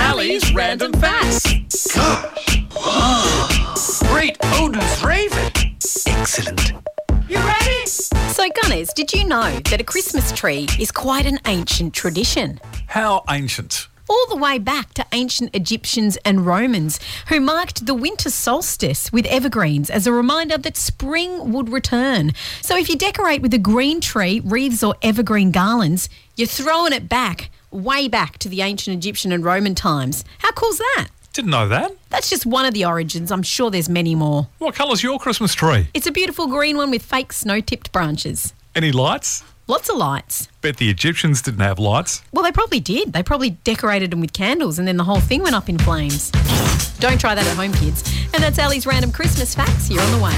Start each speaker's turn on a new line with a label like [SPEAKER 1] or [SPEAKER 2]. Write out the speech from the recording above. [SPEAKER 1] Billy's random facts.
[SPEAKER 2] Gosh. Wow. Great Odin's Raven. Excellent.
[SPEAKER 1] You ready?
[SPEAKER 3] So, Gunners, did you know that a Christmas tree is quite an ancient tradition?
[SPEAKER 4] How ancient?
[SPEAKER 3] All the way back to ancient Egyptians and Romans, who marked the winter solstice with evergreens as a reminder that spring would return. So, if you decorate with a green tree, wreaths, or evergreen garlands, you're throwing it back, way back to the ancient Egyptian and Roman times. How cool's that?
[SPEAKER 4] Didn't know that.
[SPEAKER 3] That's just one of the origins. I'm sure there's many more.
[SPEAKER 4] What colour's your Christmas tree?
[SPEAKER 3] It's a beautiful green one with fake snow tipped branches.
[SPEAKER 4] Any lights?
[SPEAKER 3] Lots of lights.
[SPEAKER 4] Bet the Egyptians didn't have lights.
[SPEAKER 3] Well, they probably did. They probably decorated them with candles and then the whole thing went up in flames. Don't try that at home, kids. And that's Ali's random Christmas facts here on the way.